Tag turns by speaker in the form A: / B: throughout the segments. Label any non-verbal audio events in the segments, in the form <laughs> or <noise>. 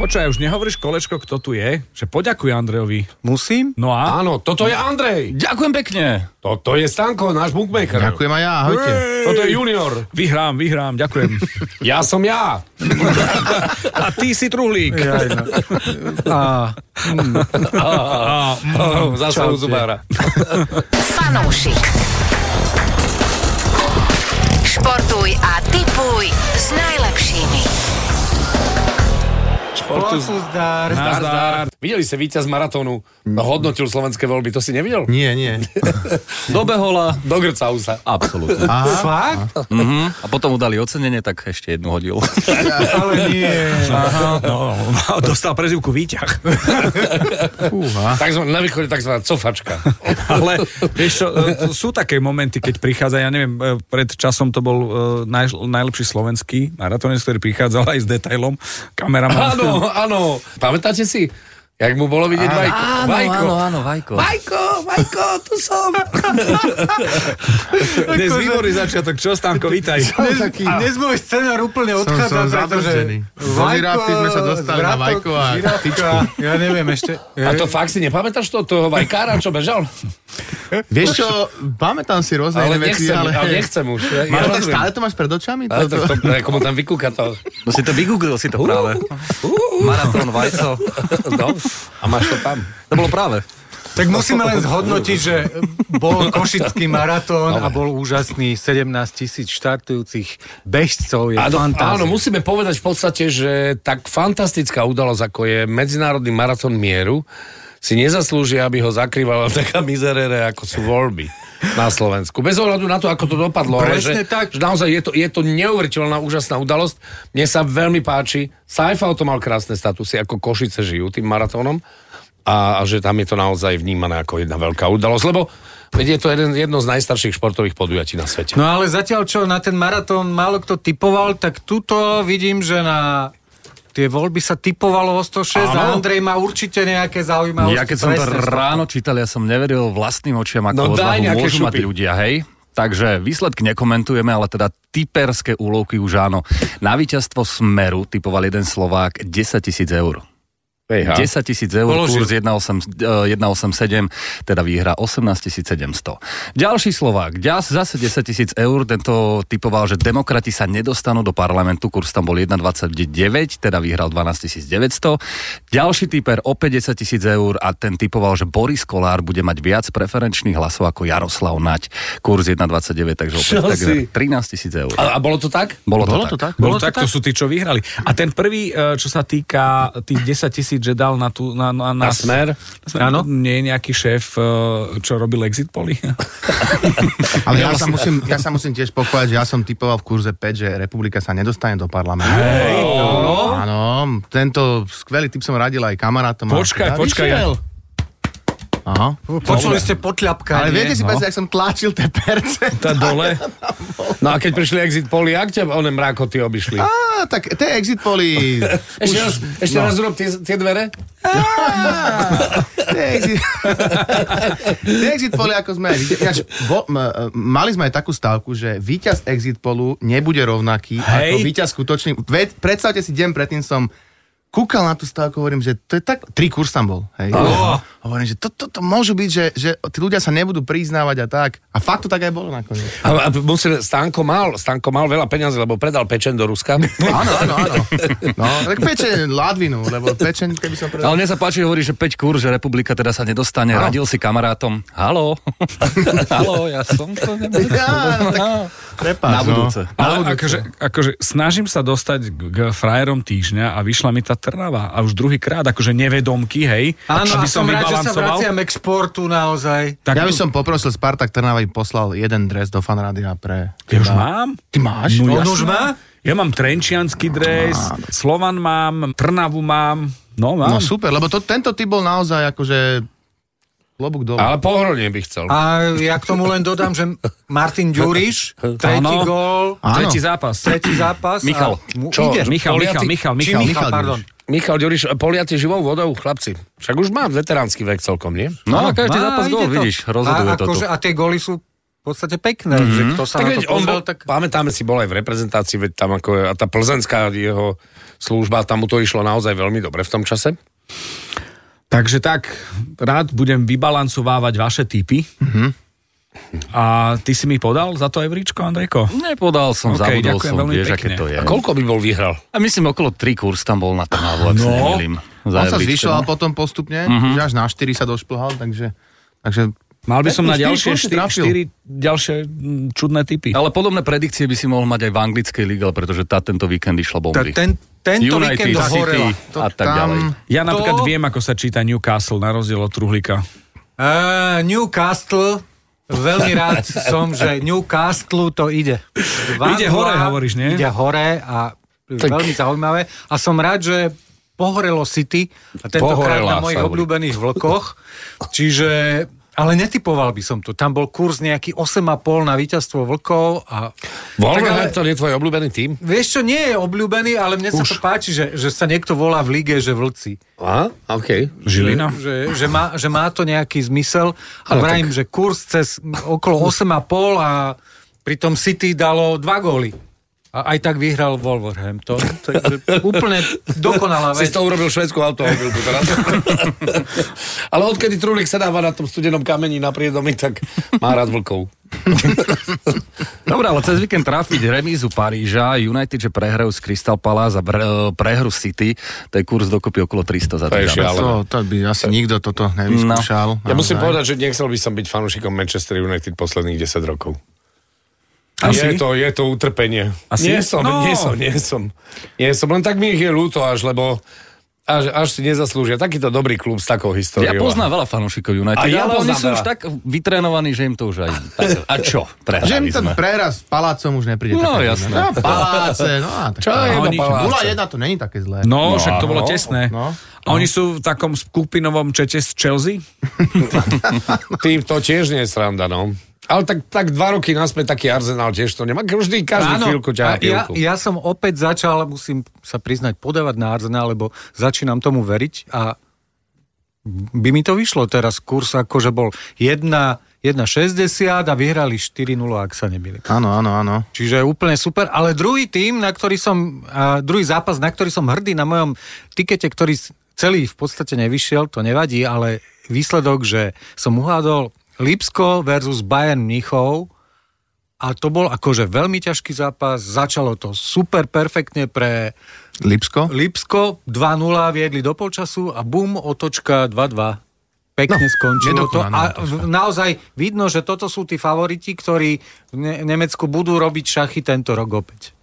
A: Počkaj, už nehovoríš kolečko, kto tu je? Že poďakuj Andrejovi.
B: Musím?
A: No a?
C: Áno, toto je Andrej.
D: Ďakujem pekne.
C: Toto je Stanko, náš bookmaker.
B: Ďakujem aj ja, ahojte.
C: Toto je junior.
A: Vyhrám, vyhrám, ďakujem.
C: Ja som ja.
A: A ty si truhlík.
B: Jaj, no. Á, No,
C: Oh, Zasa u zubára.
E: Fanúšik. Športuj a typuj s najlepšími.
B: Športu zdar.
A: Nazdar.
C: Videli ste víťaz maratónu, No, hodnotil slovenské voľby, to si nevidel?
B: Nie, nie.
D: Dobehola.
C: Do Grcausa.
D: Absolútne. A,
B: Fakt?
D: mm-hmm. a potom mu dali ocenenie, tak ešte jednu hodil.
B: Ale nie.
A: Aha, no, <laughs> dostal prezivku výťah.
B: Fúha.
C: Takzvaná, na východe tzv. cofačka. <laughs>
A: Ale vieš čo, e, sú také momenty, keď prichádza, ja neviem, e, pred časom to bol e, naj, najlepší slovenský maratonec, ktorý prichádzal aj s detailom, kameraman. <laughs>
C: Áno, áno. Pamätáte si? Jak mu bolo vidieť Vajko? Vajko,
D: áno, Vajko.
C: Vajko, Vajko,
A: No,
C: tu <laughs> som. Akože-
A: Dnes výborný začiatok, čo Stanko, vítaj.
C: <laughs>
F: Dnes, dnes môj scenár úplne odchádza,
B: som
F: pretože
B: zadržený. Zo žirafy sme sa dostali na
F: zvratok,
B: vajko a
F: žirafka, Ja neviem ešte.
C: A to fakt si nepamätáš to, toho Vajkára, čo
B: <laughs>
C: bežal?
B: Vieš čo, pamätám si rôzne
C: Ale
B: iné veci,
C: nechcem, ale nechcem už. Ja, ja
B: Máš to,
C: rozumiem.
B: stále to máš pred očami?
C: Ale to,
B: Toto?
C: to, ako mu tam vykúka to.
D: No si to vygooglil, si to práve.
C: Uh-huh.
D: Maratón Vajco.
C: No, a máš to tam.
D: To bolo práve.
F: Tak musíme len zhodnotiť, že bol košický maratón a bol úžasný 17 tisíc štartujúcich bežcov. Je
C: Áno, áno,
F: fantázia.
C: musíme povedať v podstate, že tak fantastická udalosť, ako je Medzinárodný maratón mieru, si nezaslúži, aby ho zakrývala <laughs> taká mizerere, ako sú voľby na Slovensku. Bez ohľadu na to, ako to dopadlo.
F: Presne
C: ale že,
F: tak.
C: Že naozaj je to, je to neuveriteľná, úžasná udalosť. Mne sa veľmi páči. Saifa o tom mal krásne statusy, ako Košice žijú tým maratónom. A, a že tam je to naozaj vnímané ako jedna veľká udalosť, lebo veď je to jeden, jedno z najstarších športových podujatí na svete.
F: No ale zatiaľ, čo na ten maratón málo kto typoval, tak tuto vidím, že na tie voľby sa typovalo o 106 a
C: Áno.
F: Andrej má určite nejaké zaujímavosti.
D: No, Ja keď som to
F: Presne som-
D: ráno čítal, ja som neveril vlastným očiam,
C: No
D: ako no,
C: daj nejaké
D: môžu mať
C: šupy.
D: ľudia, hej? Takže výsledky nekomentujeme, ale teda typerské úlovky už áno. Na víťazstvo Smeru typoval jeden Slovák 10 tisíc eur. 10 tisíc eur,
C: Položil.
D: kurz 1,8, eh, 1,87, teda výhra 18 700. Ďalší Slovák, ďas zase 10 tisíc eur, tento typoval, že demokrati sa nedostanú do parlamentu, kurz tam bol 1,29, teda vyhral 12 900. Ďalší typer o 50 tisíc eur a ten typoval, že Boris Kolár bude mať viac preferenčných hlasov ako Jaroslav Nať, kurz 1,29, takže opäť
C: Čo
D: tak
C: si?
D: 13 tisíc eur.
C: A, a bolo to tak?
D: Bolo to,
B: Bolo
D: tak.
B: to tak?
A: Bolo tak, to sú tí, čo vyhrali. A ten prvý, e, čo sa týka tých 10 tisíc, že dal na, tú, na, na,
C: Na smer?
A: Áno? Nie je nejaký šéf, e, čo robil exit poli?
B: Ale ja sa, musím, ja sa musím tiež pochváliť, že ja som typoval v kurze 5, že republika sa nedostane do parlamentu. Hej, Áno, tento skvelý typ som radil aj kamarátom. a-
A: <laughs> Počkaj,
B: Ja
A: počkaj, ja-
B: vyšiel. Aha.
F: Počuli ste potľapkanie. No.
B: Ale viete si povedať, jak som tlačil tie perce? <laughs>
A: Tá
F: <laughs>
A: dole?
C: No a keď prišli exit poli, ak ťa one mrákoty obišli?
B: Á, tak tie exit poli...
C: Ešte raz, ešte raz urob tie, tie dvere.
B: Tie exit- <laughs> tie exit poli, ako sme aj videli. Ináč, bo, m, mali sme aj takú stavku, že víťaz exit polu nebude rovnaký
A: Hej.
B: ako víťaz skutočný. Ve, predstavte si, deň predtým som kúkal na tú stavku, hovorím, že to je tak... Tri kurz tam bol. Hej. Hovorím, že toto to, to môžu byť, že, že tí ľudia sa nebudú priznávať a tak. A fakt to tak aj bolo nakoniec.
C: A, a musel, Stanko mal, Stanko mal veľa peňazí, lebo predal pečen do Ruska.
B: Áno, áno, áno. No, tak pečeň Ladvinu, lebo pečeň, keby
D: <laughs>
B: som
D: Ale
B: predal...
D: mne sa páči, hovorí, že 5 kur, že republika teda sa nedostane.
B: Áno.
D: Radil si kamarátom.
C: <laughs>
D: Halo. No. Halo, ja som to nebol.
B: <laughs> Ja, tak prepáč,
D: Na budúce.
B: No.
A: Ale akože, akože snažím sa dostať k- k frajerom týždňa a vyšla mi tá trnava. A už druhýkrát, akože nevedomky, hej.
F: Áno,
A: čo by
F: a som rád, že sa
A: vybalancoval.
F: vraciame k športu naozaj.
A: Tak
B: ja by som poprosil Spartak Trnava, aby poslal jeden dres do fanrádia pre...
A: Ja už mám.
B: Ty máš?
A: No, jasné.
F: On už má?
A: Ja mám trenčiansky dres, Slovan mám, Trnavu mám. No, mám.
B: No super, lebo to, tento typ bol naozaj akože klobúk dole.
C: Ale pohronie by chcel.
F: A ja k tomu len dodám, že Martin Ďuriš, tretí
A: Áno.
F: gól,
B: Áno.
A: Tretí zápas.
F: tretí zápas.
D: Michal,
F: A mu
C: čo?
F: ide.
A: Michal, Michal,
C: Poliaty-
A: Michal,
F: Či
A: Michal,
F: Michal,
B: Michal
F: pardon.
B: Ďuriš?
C: Michal Ďuriš, poliate živou vodou, chlapci. Však už má veteránsky vek celkom, nie?
D: No, a každý
F: Má,
D: zápas
F: ide
D: gól,
F: to.
D: vidíš, rozhoduje
F: a,
D: to tu.
F: akože, A tie góly sú v podstate pekné, mm-hmm. že kto sa
C: Tak
F: na to
C: veď, on
F: pozrel,
C: bol,
F: tak...
C: tak... pamätáme si, bol aj v reprezentácii, veď tam ako, a tá plzeňská jeho služba, tam mu to išlo naozaj veľmi dobre v tom čase.
A: Takže tak, rád budem vybalancovávať vaše typy. Mm-hmm. A ty si mi podal za to evričko, Andrejko?
D: Nepodal
A: Ok,
D: som, okay, zabudol
A: ďakujem
D: som,
A: veľmi
D: vieš, aké
A: pekne.
D: to je.
C: A koľko by bol vyhral?
D: A myslím, okolo 3 kurz tam bol na Trnavu, ak no. sa nemýlim. Za
B: On sa
D: Evrička,
B: zvyšoval
D: no.
B: potom postupne,
C: Mhm.
B: mm-hmm. že až na 4 sa došplhal, takže, takže
A: Mal by som na
B: štyri
A: ďalšie
B: kusy
A: 4,
B: trafil.
A: 4 ďalšie mm, čudné typy.
D: Ale podobné predikcie by si mohol mať aj v anglickej lige, ale pretože tá tento víkend
F: Tá,
D: išla bomby.
F: ten, tento
D: United,
F: víkend
D: City
F: horela.
B: to
D: a tak
B: tam-
D: ďalej.
A: Ja napríklad viem, ako sa číta Newcastle, na rozdiel od Truhlíka.
F: Uh, Newcastle, veľmi rád som, že Newcastle to ide. Dva
A: Ide
F: nula,
A: hore, hovoríš, nie?
F: Ide hore a tak. veľmi zaujímavé. A som rád, že pohorelo City a tentokrát
C: Pohorela
F: na mojich
C: sa hovorí.
F: obľúbených vlkoch. Čiže ale netypoval by som to. Tam bol kurz nejaký 8,5 na víťazstvo vlkov a... Tak ale-
C: Wolverhampton je tvoj obľúbený tým?
F: Vieš čo, nie je obľúbený, ale mne sa to páči, že, že sa niekto volá v lige, že vlci.
C: A? OK.
A: Žilina?
F: Že, že, má, že má to nejaký zmysel. A
C: No,
F: vrajím, že kurz cez okolo 8,5 a pritom City dalo dva góly. A aj tak vyhral Wolverhampton. Takže úplne dokonalá vec.
C: Si to urobil švedskú automobilku teraz. <laughs> Ale odkedy Trulik sa dáva na tom studenom kameni na priedomi, tak má rád <laughs> vlkov.
D: Dobre, ale cez víkend trafiť remízu Paríža, United, že prehrajú z Crystal Palace a br- prehru City, to je kurz dokopy okolo 300 za
C: To je
D: ten zápas.
C: šialené.
B: To, to by asi nikto toto nevyskúšal.
C: No. Ja musím
B: naozaj.
C: povedať, že nechcel by som byť fanúšikom Manchester United posledných 10 rokov.
A: Asi?
C: Je to, je to utrpenie.
A: Asi?
C: Nie som,
A: No.
C: nie som, nie som. Nie som, len tak mi ich je ľúto až, lebo až, až si nezaslúžia. Takýto dobrý klub s takou históriou.
D: Ja poznám veľa fanúšikov United,
C: A ja
D: ale oni
C: poznám
D: sú už
C: veľa.
D: tak vytrénovaní, že im to už aj... Tak, a čo?
B: Že im
D: Prehrali
B: ten
D: sme.
B: prehraz s palácom už nepríde.
D: No,
B: také,
D: jasné.
B: No, paláce, no a tak.
C: Čo je
A: A
C: na
A: oni-
C: paláce?
B: Bola jedna, to není také zlé.
A: No, no, však to bolo tesné.
B: no.
A: A oni sú v takom skupinovom čete z Chelsea?
C: Tým to tiež nie je sranda, no. Ale tak, tak dva roky naspäť taký Arsenal tiež to nemá. Vždy každú
F: Áno,
C: chvíľku
F: a
C: ťahá
F: ja,
C: chvíľku.
F: ja som opäť začal, musím sa priznať, podávať na Arsenal, lebo začínam tomu veriť a by mi to vyšlo teraz. Kurs akože bol 1 1,60 a vyhrali 4-0, ak sa nemýlim.
B: Áno, áno, áno.
F: Čiže úplne super, ale druhý tým, na ktorý som, a druhý zápas, na ktorý som hrdý na mojom tikete, ktorý s- celý v podstate nevyšiel, to nevadí, ale výsledok, že som uhádol Lipsko versus Bayern Mnichov a to bol akože veľmi ťažký zápas, začalo to super perfektne pre
B: Lipsko?
F: Lipsko, 2-0 viedli do polčasu a bum, otočka 2-2. Pekne no, skončilo to.
B: nedokonaná
F: A v, naozaj vidno, že toto sú tí favoriti, ktorí v ne- Nemecku budú robiť šachy tento rok opäť.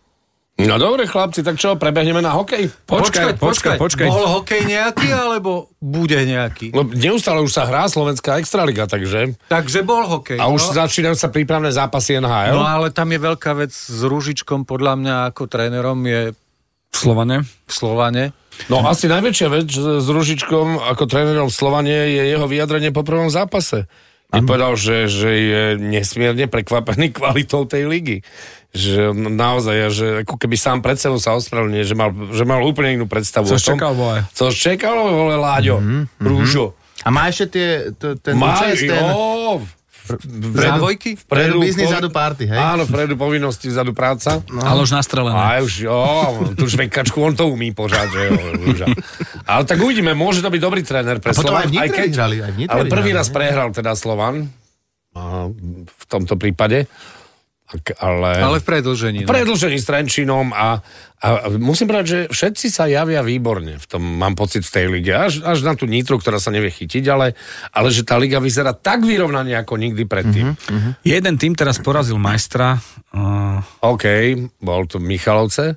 C: No dobre, chlapci, tak čo, prebehneme na hokej?
A: Počkaj, počkaj, počkaj.
F: Bol hokej nejaký, alebo bude nejaký?
C: No, neustále už sa hrá Slovenská extraliga, takže...
F: Takže bol hokej.
C: A už
F: no.
C: začínajú sa prípravné zápasy
F: no
C: NHL.
F: ale tam je veľká vec s Ružičkom, podľa mňa ako trénerom
A: V
F: je
A: Slovane?
F: v Slovane.
C: No asi najväčšia vec s s Ružičkom ako trénerom v Slovanie je jeho vyjadrenie po prvom zápase. Keď povedal, že, že je nesmierne prekvapený <laughs> kvalitou tej ligy. Že naozaj, že ako keby sám pred sebou sa ospravedlňuje, že mal, že mal úplne inú predstavu.
A: Což
C: o tom.
A: čakal, vole.
C: Což čakalo, vole, Láďo. Mm-hmm. Rúžo.
B: A má ešte tie, to, ten
C: Má,
B: účest, ten...
C: jo,
F: Závojky?
B: Vpredu biznis, vzadu party, hej?
C: Áno, vpredu povinnosti, vzadu práca.
A: No. Ale už nastrelené.
C: A už, jo, tú žvekačku, on to umí pořád, že jo, Rúža. Ale tak uvidíme, môže to byť dobrý tréner pre
B: A potom
C: Slovan.
B: aj v Nitre vyhrali, aj v Nitre
C: ale prvý
B: vyhrali,
C: raz
B: ne?
C: prehral teda Slovan, a, v tomto prípade. Ak, ale...
F: Ale v predlžení. No.
C: Predlžený s Trenčínom a, a a musím povedať, že všetci sa javia výborne v tom, mám pocit, v tej lige. Až, až na tú Nitru, ktorá sa nevie chytiť, ale, ale že tá liga vyzerá tak vyrovnane ako nikdy predtým.
B: Mhm.
C: Mm-hmm.
A: Jeden tým teraz porazil majstra. Uh,
C: OK, bol tu Michalovce.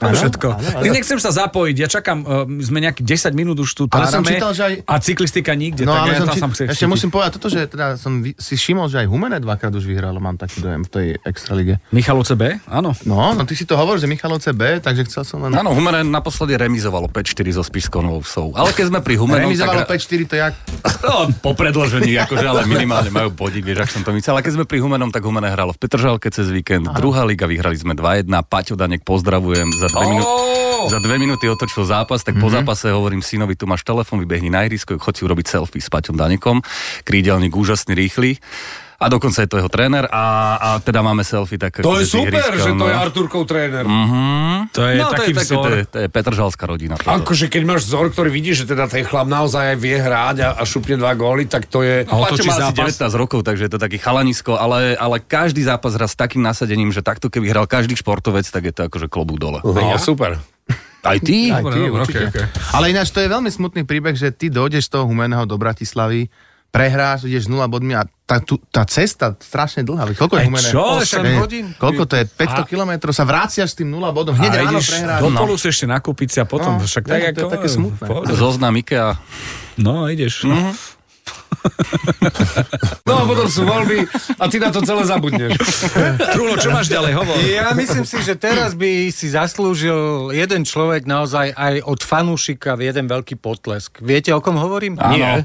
A: všetko. Nechcem sa zapojiť, ja čakám, uh, sme nejakých 10 minút už tu
B: Ale som
A: tárame
B: čítal, že aj-
A: a cyklistika nikde,
B: No
A: tak
B: ale
A: ja tam
B: som, či,
A: sa chcem
B: ešte
A: chytiť.
B: musím povedať toto, že teda som vy- si všimol, že aj Humene dvakrát už vyhralo, mám taký dojem v tej extralige.
A: Michal OCB? Áno.
B: No, no ty si to hovoríš, že Michalovce B, takže chcel som len...
D: Áno, Humeren naposledy remizovalo 5-4 so Spišskou Novou Vsou. Ale keď sme pri Humerom,
B: Remizovalo
D: tak...
B: 5-4, to jak...
D: No, po predlžení, akože, ale minimálne majú bodík, vieš, ak som to myslel. Ale keď sme pri Humenom, tak Humene hralo v Petržalke cez víkend. Druhá liga, vyhrali sme 2-1. Paťo Danek, pozdravujem za 2 minúty. za dve minúty otočil zápas, tak mm-hmm. po
C: Mhm.
D: zápase hovorím synovi, tu máš telefón, vybehni na ihrisko, chod si urobiť selfie s Paťom Danekom, krídelník úžasný, rýchly. A dokonca je to jeho tréner a, a teda máme selfie. Tak
C: To je
D: akože s
C: super,
D: ihriskom,
C: že to
D: no.
C: je Arturkov tréner.
A: To je
D: no, to
A: taký
D: je, také,
A: vzor.
D: to, je, to je Petržalská rodina. Toto.
C: Akože keď máš vzor, ktorý vidíš, že teda ten chlap naozaj aj vie hrať a, a šupne dva góly, tak to je...
A: A
D: Paťo
A: otočí
D: má asi
A: zápas.
D: 19 rokov, takže je to taký chalanisko, ale, ale každý zápas hrá s takým nasadením, že takto keby hral každý športovec, tak je to akože klobúk dole.
C: No, super.
D: Aj ty?
A: Dobre, dobre, okay, okay.
B: Ale ináč to je veľmi smutný príbeh, že ty dojdeš z toho humeného do Bratislavy, prehráš, ideš nula bodmi a tá, tu, tá cesta strašne dlhá. Veď Koľko je
A: Aj
B: humené?
A: čo?
B: Osem
A: Osem
B: hodín? Koľko to je? 500 kilometrov sa vráciaš s tým nula bodom. Hneď
A: A
B: ráno
A: ideš
B: prehráš.
A: do Polus ešte nakúpiť si a potom,
B: No,
A: však
B: nie,
A: tak
B: to je
A: ako...
B: také smutné. Mhm.
A: Pohoda.
D: Zoznam IKEA.
A: No, ideš. No.
C: No a potom sú voľby a ty na to celé zabudneš.
A: Trulo, čo máš ďalej, hovor?
F: Ja myslím si, že teraz by si zaslúžil jeden človek naozaj aj od fanúšika v jeden veľký potlesk. Viete, o kom hovorím?
C: Nie.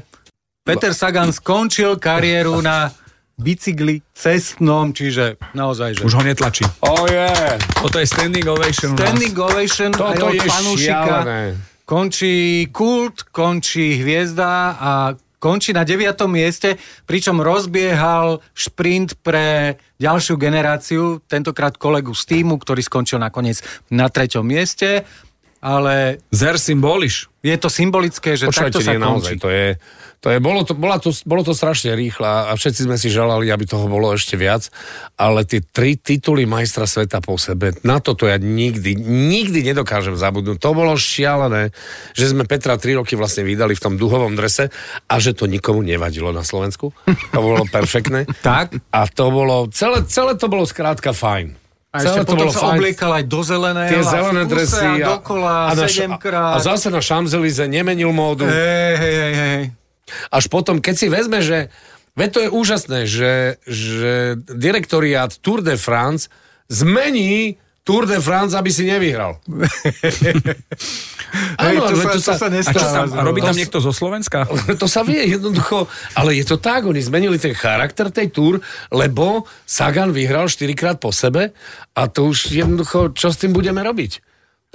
F: Peter Sagan skončil kariéru na bicykli cestnom, čiže naozaj, že...
A: Už ho netlačí.
C: Oh yeah.
A: Toto je standing ovation. no. u nás.
F: Standing ovation aj
C: Toto
F: od
C: je
F: fanúšika.
C: šialené.
F: Končí kult, končí hviezda a končí na 9. mieste, pričom rozbiehal šprint pre ďalšiu generáciu, tentokrát kolegu z týmu, ktorý skončil nakoniec na 3. mieste, ale
A: Zer symboliš.
F: je to symbolické, že takto
C: Počúvajte,
F: sa
C: nie, naozaj,
F: končí.
C: to je, to je, bolo, to, bola to, bolo to strašne rýchlo a všetci sme si želali, aby toho bolo ešte viac, ale tie tri tituly majstra sveta po sebe, na toto ja nikdy, nikdy nedokážem zabudnúť. To bolo šialené, že sme Petra tri roky vlastne vydali v tom duhovom drese a že to nikomu nevadilo na Slovensku. To bolo perfektné.
F: Tak.
C: A to bolo, celé, celé to bolo skrátka fajn.
F: A ešte
C: celé
F: potom sa obliekal aj do zeleného.
C: tie
F: a v
C: zelené
F: kuse
C: dresy
F: A dokola,
C: na š-
F: sedemkrát.
C: a zase na Šamzelize nemenil módu.
F: Hej, hej, hej, hej.
C: Až potom, keď si vezme, že veď to je úžasné, že, že direktoriát Tour de France zmení Tour de France, aby si
F: <laughs>
C: nevyhral.
F: Hej, to
C: ale
F: sa- to sa
C: a
A: A
C: čo
A: čo tam,
C: sa-
F: Stále
A: robí tam
C: to-
A: niekto zo Slovenska?
C: to sa vie jednoducho, ale je to tak, oni zmenili ten charakter tej túr, lebo Sagan vyhral 4 krát po sebe a to už jednoducho, čo s tým budeme robiť?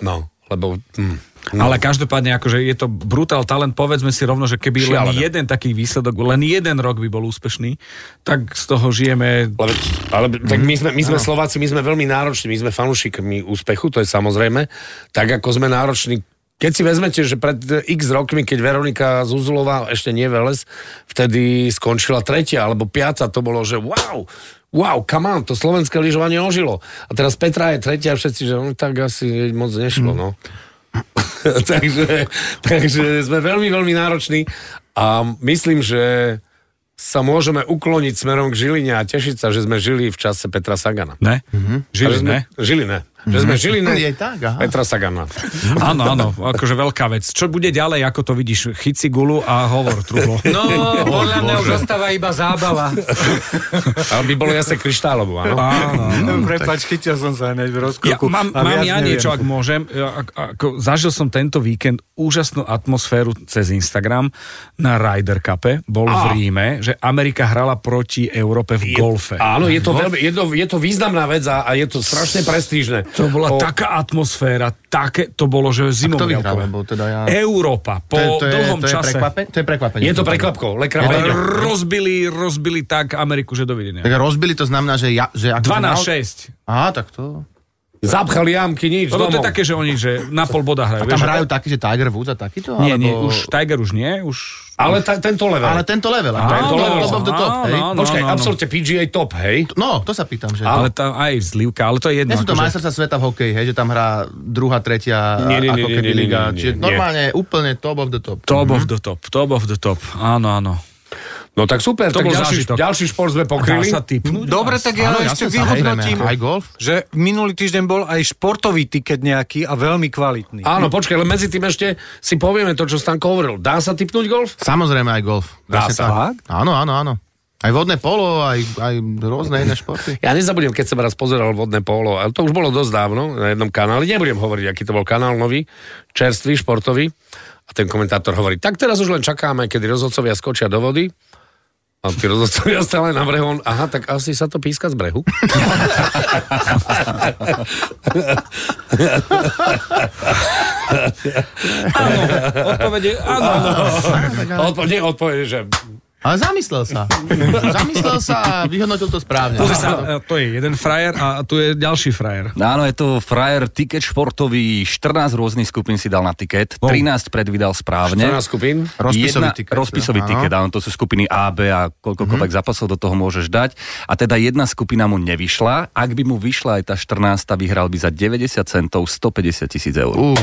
C: No, lebo... Hm.
B: No.
A: Ale každopádne, akože je to brutál talent, povedzme si rovno, že keby len
C: Šialené.
A: jeden taký výsledok, len jeden rok by bol úspešný, tak z toho žijeme
C: Ale, ale tak my sme, my sme Slováci, my sme veľmi nároční, my sme fanúšikmi úspechu, to je samozrejme, tak ako sme nároční. Keď si vezmete, že pred x rokmi, keď Veronika Zuzulová, ešte nie Veles, vtedy skončila tretia alebo piata, to bolo, že wow, wow, come on, to slovenské lyžovanie ožilo. A teraz Petra je tretia a všetci, že no, tak asi moc nešlo, no. <laughs> takže, takže sme veľmi, veľmi nároční a myslím, že sa môžeme ukloniť smerom k Žiline a tešiť sa, že sme žili v čase Petra Sagana.
A: Ne?
B: Mhm.
A: Mm-hmm.
C: A že
A: Žili, Mhm.
C: sme,
A: ne?
C: Žiline. Že sme Žiline
B: Je tak, aha.
C: Petra Sagana.
A: Áno, áno, akože veľká vec. Čo bude ďalej, ako to vidíš? Chyť si gulu a hovor, trulo.
B: <laughs>
F: No, podľa mňa už zostáva iba zábava.
C: Ale by bolo jasne kryštálovo, áno.
A: Áno.
F: No, Prepač, chytil som sa hneď v
A: Mm, Ja,
F: rozkroku.
A: mám,
F: A
A: mám
F: viac
A: ja
F: neviem.
A: niečo, ak môžem. Ja, ak- ako, zažil som tento víkend úžasnú atmosféru cez Instagram na Ryder Cupe. Bol v
C: Á.
A: Ríme, že Amerika hrala proti Európe v golfe.
C: Áno, je to, veľmi, je to, je to významná vec a, a je to strašne prestížne.
A: To bola
C: O-
A: taká atmosféra, také, to bolo, že
B: A Kto
A: zimom
B: vyhral? Lebo teda ja...
A: Európa E, po
B: to je, to je,
A: dlhom
B: to je,
A: čase
B: prekvape- to je prekvapenie.
C: Je to prekvapko,
A: ale
C: lekrapenie.
A: rozbili, rozbili tak Ameriku, že dovidenia.
B: Tak rozbili to znamená, že ja... Že ako
A: 12-6.
B: Aha, tak to...
C: Zapchali jamky, nič,
A: Lebo to
C: domov.
A: je také, že oni že na pol boda hrajú. vieš,
B: Tam hrajú taký, že Tiger Woods a takýto?
A: Nie,
B: alebo...
A: nie, už Tiger už nie, už...
C: Ale ta, tento level.
B: Ale tento level. no,
A: Áno,
B: tento
C: áno,
B: level.
C: no.
B: Top of the top,
A: áno,
B: hej?
A: áno.
C: Počkaj, absolútne PGA top, hej?
B: No, to sa pýtam, že...
A: Ale tam aj zlivka, ale to je jedno.
B: Nie sú to
A: akože-
B: majstrovstvá sveta v hokeji, hej, že tam hrá druhá, tretia,
C: Nie, nie, nie,
B: ako
C: nie,
B: keby
C: nie, nie,
B: liga.
C: nie, nie,
B: Čiže
C: nie.
B: normálne úplne top of the top.
A: Top of the top, top of the top. Áno, áno.
C: No tak super,
A: To bol
C: tak ďalší,
A: zážitok.
C: ďalší šport sme
A: Dá
C: pokryli.
A: sa typnúť?
F: Dobre, tak ja
B: Áno,
F: ešte
B: jasne, samozrejme,
F: vyhodnotím,
B: Aj golf?
F: že minulý týždeň bol aj športový tiket nejaký a veľmi kvalitný.
C: Áno, počkaj, ale medzi tým ešte si povieme to, čo Stanko hovoril. Dá sa typnúť golf?
B: Samozrejme aj golf.
C: Dá
B: Presne
C: sa.
B: tak. Áno, áno, áno. Aj vodné polo, aj, aj rôzne iné športy.
C: Ja nezabudnem, keď som raz pozeral vodné polo, ale to už bolo dosť dávno na jednom kanáli, nebudem hovoriť, aký to bol kanál nový, čerstvý, športový. A ten komentátor hovorí, tak teraz už len čakáme, kedy rozhodcovia skočia do vody A tí rozhodcovia stále na brehu, on, aha, tak asi sa to píska z brehu.
A: Áno, odpovede, áno.
C: Odpo- nie, odpovede, že...
B: Ale zamyslel sa. zamyslel sa a vyhodnotil to správne.
A: Pozri sa, to je jeden frajer a tu je ďalší frajer.
D: No Áno, je to frajer tiket športový, 14 rôznych skupín si dal na tiket, 13 predvídal správne.
C: 14 skupín.
D: jedna,
B: Rozpisový tiket.
D: Rozpisový
B: Áno. Mhm.
D: tiket, áno, to sú skupiny A, B a koľkokoľvek mm-hmm. zápasov do toho môžeš dať. A teda jedna skupina mu nevyšla, ak by mu vyšla aj tá 14, vyhral by za 90 centov 150 tisíc eur. Uh,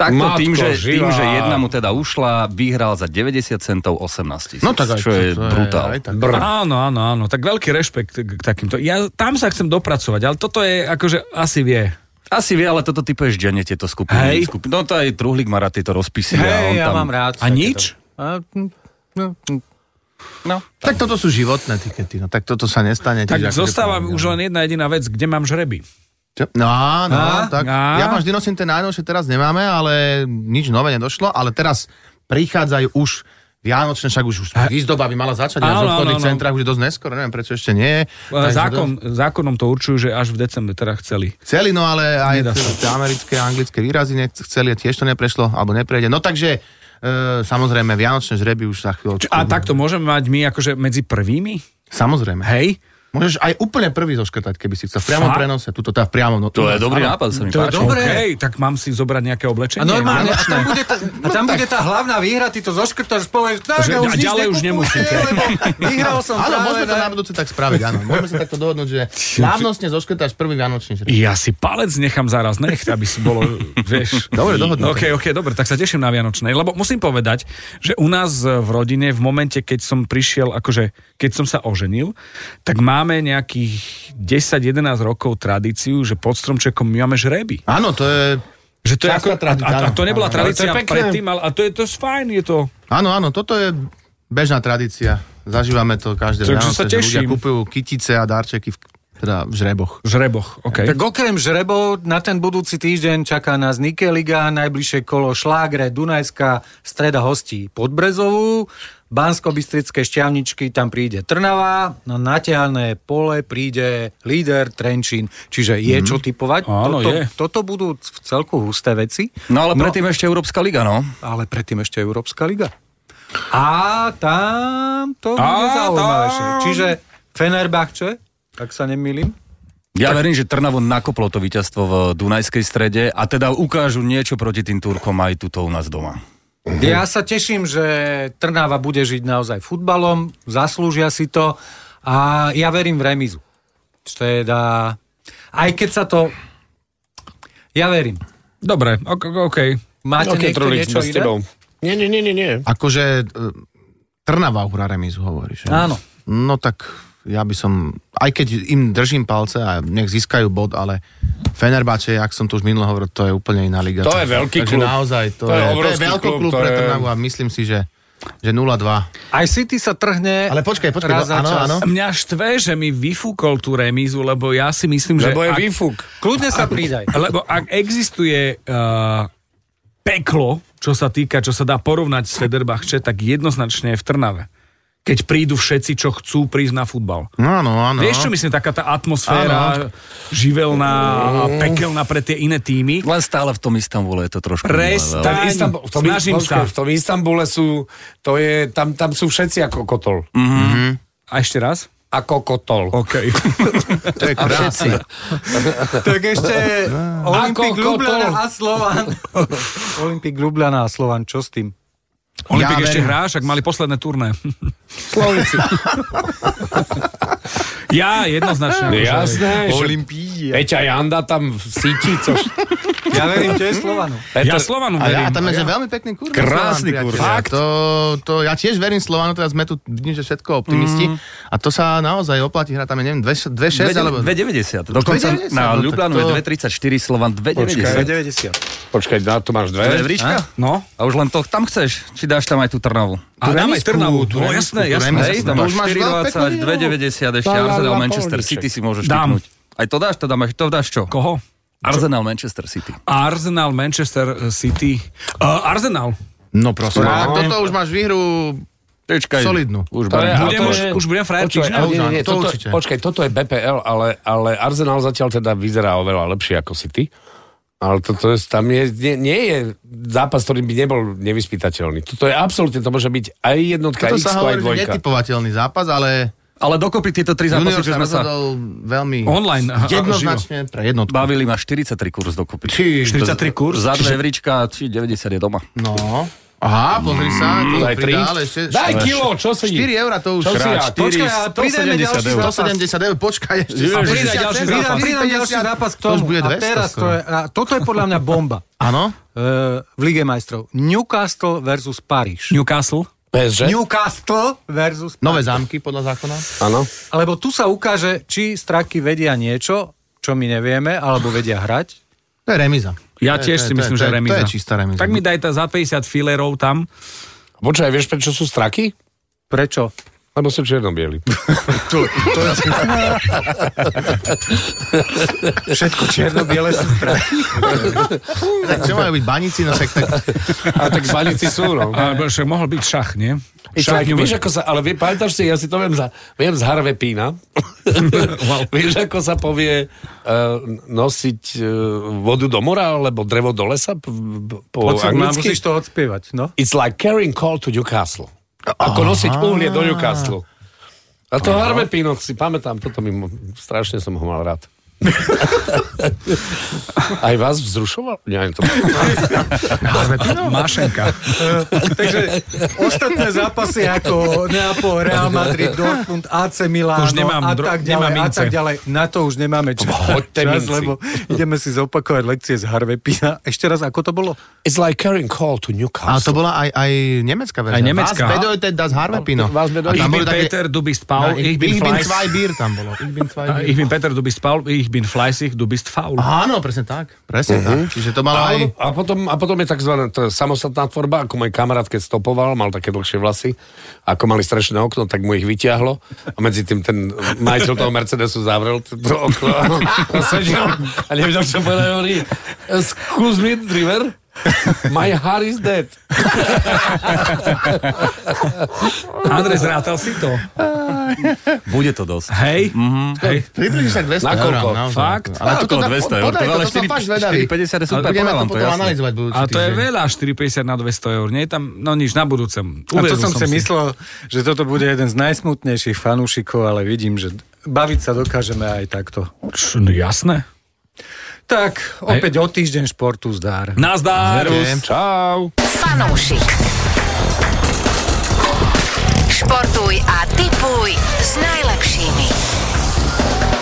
D: Takto
C: Matko
D: tým, že,
C: živá.
D: tým, že jedna mu teda ušla, vyhral za 90 centov 18 tisíc,
B: No tak aj
D: čo
B: to-
D: je
B: to je
D: brutál.
B: aj tak.
C: Brr.
A: Áno, áno, áno, tak veľký rešpekt k k takýmto. Ja tam sa chcem dopracovať, ale toto je akože asi vie.
D: Asi vie, ale toto typuješ denne tieto skupiny.
A: Hej.
D: Skupiny. No to aj Truhlík má rád tieto rozpisy. a on
F: Hej, ja
D: tam...
F: mám rád.
A: A nič?
F: A, hm, no, hm.
B: Tak toto sú životné tikety, no tak toto sa nestane.
A: Tak
B: tiež akože
A: zostáva
B: pravidelne.
A: už len jedna jediná vec, kde mám žreby.
B: Čo? No, no,
A: A?
B: tak.
A: A?
B: Ja vám vždy nosím ten najnovšie, teraz nemáme, ale nič nové nedošlo, ale teraz prichádzajú už Vianočné, však už, už výzdoba by mala začať, ale
A: Áno,
B: v obchodných
A: áno, áno.
B: centrách už je dosť neskoro, neviem prečo ešte nie. Takže
A: Zákon, zákonom to určujú, že až v decembri teda chceli.
B: Chceli, no ale aj
A: Nedá sa.
B: tie americké a anglické výrazy nech- chceli a tiež to neprešlo, alebo neprejde. No takže, e, samozrejme, Vianočné žreby už za chvíľočku.
A: A takto môžeme mať my akože medzi prvými?
B: Samozrejme.
A: Hej?
B: Môžeš aj úplne prvý zoškrtať, keby si chcel. V priamom
A: Fakt?
B: prenose, tuto tá v priamom. No,
D: To je dobrý nápad, sa mi
F: To je
D: páči.
F: dobré.
A: Hej, tak mám si zobrať nejaké oblečenie?
F: A normálne, a
A: Áno.
F: tam bude tá, a tam bude tá hlavná výhra, ty to zoškrtáš, povieš,
A: No
F: tak,
A: Že-
F: ja už
A: a
F: nič
A: ďalej už
F: nekupujem,
A: nemusíte. <laughs>
F: lebo Vyhral som
B: Áno,
F: práve
B: môžeme to
F: na-
B: na budúce tak spraviť, áno. Môžeme sa takto dohodnúť,
A: <laughs>
B: že návnostne zoškrtáš prvý vianočný žreb.
A: Ja si palec nechám zaraz, nech, aby si bolo, <laughs> vieš.
B: Dobre, dohodnuté.
A: OK, OK, dobre, tak sa teším na Vianočnej, lebo musím povedať, že u nás e, v rodine v momente, keď som prišiel, akože keď som sa oženil, tak máme nejakých 10-11 rokov tradíciu, že pod stromčekom my máme žreby.
B: Áno, to je...
A: Že to je
B: Častá
A: ako, a,
B: tradícia,
A: a
B: áno.
A: to nebola
B: Áno,
A: tradícia
C: ale to je pekné.
A: predtým, ale a to je to je fajn, je to...
B: Áno, áno, toto je bežná tradícia. Zažívame to každé
A: Takže
B: Vianoce,
A: sa
B: že ľudia
A: teším.
B: kupujú kytice a darčeky v, teda v žreboch.
A: Žreboch, OK.
F: Tak okrem žrebov, na ten budúci týždeň čaká nás Nike Liga, najbližšie kolo Šlágre, Dunajská, streda hostí Podbrezovú, bansko bystrické šťavničky, tam príde Trnava, no na natiahané pole príde líder Trenčín. Čiže je
D: Mhm.
F: čo typovať.
A: Áno,
F: toto,
A: je.
F: toto budú v celku husté veci,
D: No ale predtým ešte Európska liga, no.
F: ale predtým ešte Európska Liga. A tam to bude
A: A
F: zaujímavejšie.
A: tam.
F: Čiže Fenerbahče, ak sa nemýlim.
D: Ja verím, že Trnavo nakoplo to víťazstvo v Dunajskej strede a teda ukážu niečo proti tým Turkom aj tuto u nás doma.
F: Ja sa teším, že Trnava bude žiť naozaj futbalom, zaslúžia si to a ja verím v remizu. Teda, aj keď sa to... Ja verím.
A: Dobre, OK. okay.
F: Máte okay, niekto
C: Trolík,
F: niečo
C: sme s
F: iné?
C: tebou. Nie, nie, nie, nie, nie.
B: Akože e, Trnava uhra remizu, hovoríš. že?
F: Áno.
B: No tak ja by som, aj keď im držím palce a nech získajú bod, ale Fenerbahce, jak som tu už minule hovoril, to je úplne iná liga.
C: To je veľký
B: Takže
C: klub.
B: naozaj, to,
C: To je
B: je, to je
C: obrovský
B: veľký klub,
C: klub, to
B: pre
C: je-
B: Trnavu a myslím si, že, že 0-2.
F: Aj City sa trhne
B: Ale počkaj, počkaj,
F: raz
B: no,
F: za
B: áno,
F: čas.
B: áno.
A: Mňa štve, že mi vyfúkol tú remízu, lebo ja si myslím, že...
C: Lebo je
A: ak-
C: výfuk.
F: Kľudne sa pridaj.
A: Lebo ak existuje uh, peklo, čo sa týka, čo sa dá porovnať s Federbachče, tak jednoznačne je v Trnave. Keď prídu všetci, čo chcú prísť na futbal.
B: No, áno,
A: No.
B: áno.
A: Vieš, čo myslím, taká tá atmosféra živelná a pekelná pre tie iné týmy.
D: Len stále v tom Istambule je to trošku...
A: Prestaň.
D: iné, ale-
C: Ten Istanbul, v, tom,
A: Snažím
C: počkaj,
A: sa.
C: v tom Istambule sú, to je, tam, tam sú všetci ako kotol.
A: A ešte raz?
C: Ako kotol.
A: OK.
B: to je krásne.
F: Tak ešte Olympik
C: Ako kotol.
F: Ljubljana a Slovan. Olympik Ljubljana a Slovan, čo s tým?
A: Olympik
B: Ja
A: ešte
B: verím.
A: hráš, ak mali posledné turné. Slovenci. <laughs> ja jednoznačne. akože-
C: Jasné. že-
B: Olympíje.
C: Peťa Janda tam v síti,
B: <laughs>
C: což...
F: Ja verím tiež Slovanu.
A: Ja Slovanu
B: A, ja, a
A: verím.
B: tam je že veľmi pekný kurz.
D: Krásny kurz.
B: Fakt. To, to, ja tiež verím Slovanu, teraz sme tu dnes že všetko optimisti.
C: Mhm.
B: A to sa naozaj oplatí hrať tam, ja neviem, 2,6 alebo...
D: 2,90. Dokonca
B: 2,90,
D: na
B: no tak
D: Ljubljanu
B: to-
D: je 2,34, Slovan 2,90.
F: 90.
C: Počkaj, na to máš
D: To je
C: dve.
D: vríčka?
A: No.
D: A už len to tam chceš? Či dáš tam aj tú Trnavu?
A: A dáme aj Trnavu.
B: tú
A: No
B: remisku,
A: jasné,
B: tú
A: jasné.
B: remisku.
D: Hej, tam
B: to
D: máš
B: No, už máš veľa
D: 4,20,
B: pekných
D: 2,90 ešte
C: Lá, lá,
D: Arsenal
C: lá,
D: Manchester
C: Poliček.
D: City si môžeš
A: Dám.
D: typnúť. Aj to dáš, to, dám, to dáš čo?
A: Koho?
D: Arsenal Manchester City.
A: Arsenal, Manchester City. Uh, Eh, Arsenal.
B: No prosím. A toto už máš výhru
D: Trička
B: Solidnú.
D: Už
C: To je-
D: budem.
C: ale
A: Budem,
C: to
A: už,
C: je-
A: už budem frajer
C: Počkaj,
A: týždňa.
C: ale
B: už
C: nie,
B: áno,
C: nie, nie,
B: to
C: toto,
B: určite.
C: počkaj, toto je BPL, ale, ale Arsenal zatiaľ teda vyzerá oveľa lepšie ako City. Ale toto je, tam je, nie, nie je zápas, ktorý by nebol nevyspytateľný. Toto je absolútne, to môže byť aj jednotka,
B: Toto
C: x aj
B: sa hovorí, že
C: dvojka.
B: netypovateľný zápas, ale
D: Ale dokopy tieto tri zápasy,
B: Junior
D: čo
B: sa
D: sme sa
B: rozhodol veľmi
A: Online, eh, aha,
B: jednoznačne pre jednotku.
D: bavili, má 43 kurz dokopy.
B: Či-
D: 43 kurz? Za dve evrička, či 90 je doma.
B: No. Aha, pozri sa, to
C: Daj tri.
B: pridá, ale ešte...
C: Daj kilo, čo si?
B: 4 eurá to už.
C: Čo si ja?
B: Krát,
C: Počkaj,
D: Štyri-
F: a pridajme
D: 170
F: ďalší
D: eur.
B: 170 eur, počkaj ešte.
C: Ježiš.
B: A
C: Pridaj ďalší
B: pridaj ďalší
C: zápas.
B: zápas.
F: Pridám ďalší zápas k
B: To už
F: tomu.
B: bude
F: a
B: 200
F: teraz to
B: skoro.
F: je, a toto je podľa mňa bomba
B: Áno?
F: e, v Lige majstrov. Newcastle versus Paríž.
A: Newcastle.
C: PSG?
F: Newcastle versus
B: Nové zámky podľa zákona.
C: Áno.
F: No, Lebo tu sa ukáže, či straky vedia niečo, čo my nevieme, alebo vedia hrať.
B: To je remiza.
A: Ja
B: To je-
A: tiež
B: to
A: si
B: je-
A: myslím,
B: to
A: že
B: je-
A: remíza.
B: To je čistá remíza.
A: Tak mi daj tá za 50 filerov tam.
C: Počkaj, vieš, prečo sú straky?
F: Prečo?
C: Lebo sú čierno-bieli.
F: Všetko čierno-biele sú straky.
B: Tak čo majú byť banici, no tak, tak
C: A tak banici sú, no.
A: Alebo však mohol byť šach, nie?
C: Však,
A: Šach,
C: vieš, ako sa, ale vie, pamätáš si, ja si to viem, za, viem z Harve
A: <laughs>
C: Pína. vieš, ako sa povie uh, nosiť uh, vodu do mora, alebo drevo do lesa p- p- po, po anglicky?
F: Musíš to odspievať, no.
C: It's like carrying coal to Newcastle. Ako nosiť uhlie do Newcastle. A to Harve Píno, si pamätám, toto mi, mo- strašne som ho mal
A: <laughs>
C: rád. Aj vás vzrušoval? Ja, to...
A: Mášenka.
F: Takže ostatné zápasy ako Neapol, Real Madrid, Dortmund, AC Milano
A: Už nemám
F: a,
A: dro-
F: tak
A: nemám
F: ďalej, a
A: mince.
F: tak ďalej. Na to už nemáme čas,
C: Hoďte
F: čas
C: minci.
F: lebo ideme si zopakovať lekcie z Harvepina. Ešte raz, ako to bolo?
C: It's like carrying coal to Newcastle.
B: A to bola aj, aj nemecká verzia.
A: Aj nemecká.
B: Was bedeutet das Harvepino.
C: Was bedeutet-
B: A
A: Ich
B: tam
A: bin
B: boli také-
A: Peter, du bist
B: No,
A: Paul, ich bin
B: ich bin
A: Fleiß.
B: zwei Bier tam bolo. Ich bin zwei Bier.
A: Ich bin Peter, du bist Paul, ich bin Fleißig, du bist faul.
B: Áno, presne tak. Presne tak. Čiže to malo
C: Alebo-
B: aj...
C: A potom, a potom je tzv. to je samostatná tvorba, ako môj kamarát, keď stopoval, mal také dlhšie vlasy, ako mali strašné okno, tak mu ich vyťahlo a medzi tým ten majiteľ toho Mercedesu zavrel t- to okno a, a sedel a nevedel, čo povedať, hovorí excuse me, driver, my hair is dead.
A: Andrej, zrátal si to?
D: Bude to dosť.
A: Hej?
C: Mhm.
A: Hej.
B: Približne sa k 200
C: Na koľko?
B: eur, naozaj.
A: Fakt?
B: Ale
D: Áno,
B: toto
D: okolo
B: dá-
D: 200 eur,
B: podaj
D: to ale
B: toto som
D: 4
B: fakt zvedavý.
D: 4,50 je
B: Ale
D: super
B: Budeme to
D: prevalom, to
B: potom
D: jasné.
B: analyzovať budúci
A: A to je
B: týždeň.
A: veľa, 4,50 na 200 eur. Nie je tam, no nič, na budúcem.
F: A to
A: Uveril
F: som si myslel, že toto bude jeden z najsmutnejších fanúšikov, ale vidím, že baviť sa dokážeme aj takto.
A: Č, no jasné.
F: Tak, opäť o týždeň športu zdár.
A: Nazdar.
C: Čau.
E: Fanúšik. Športuj a tipuj s najlepšími.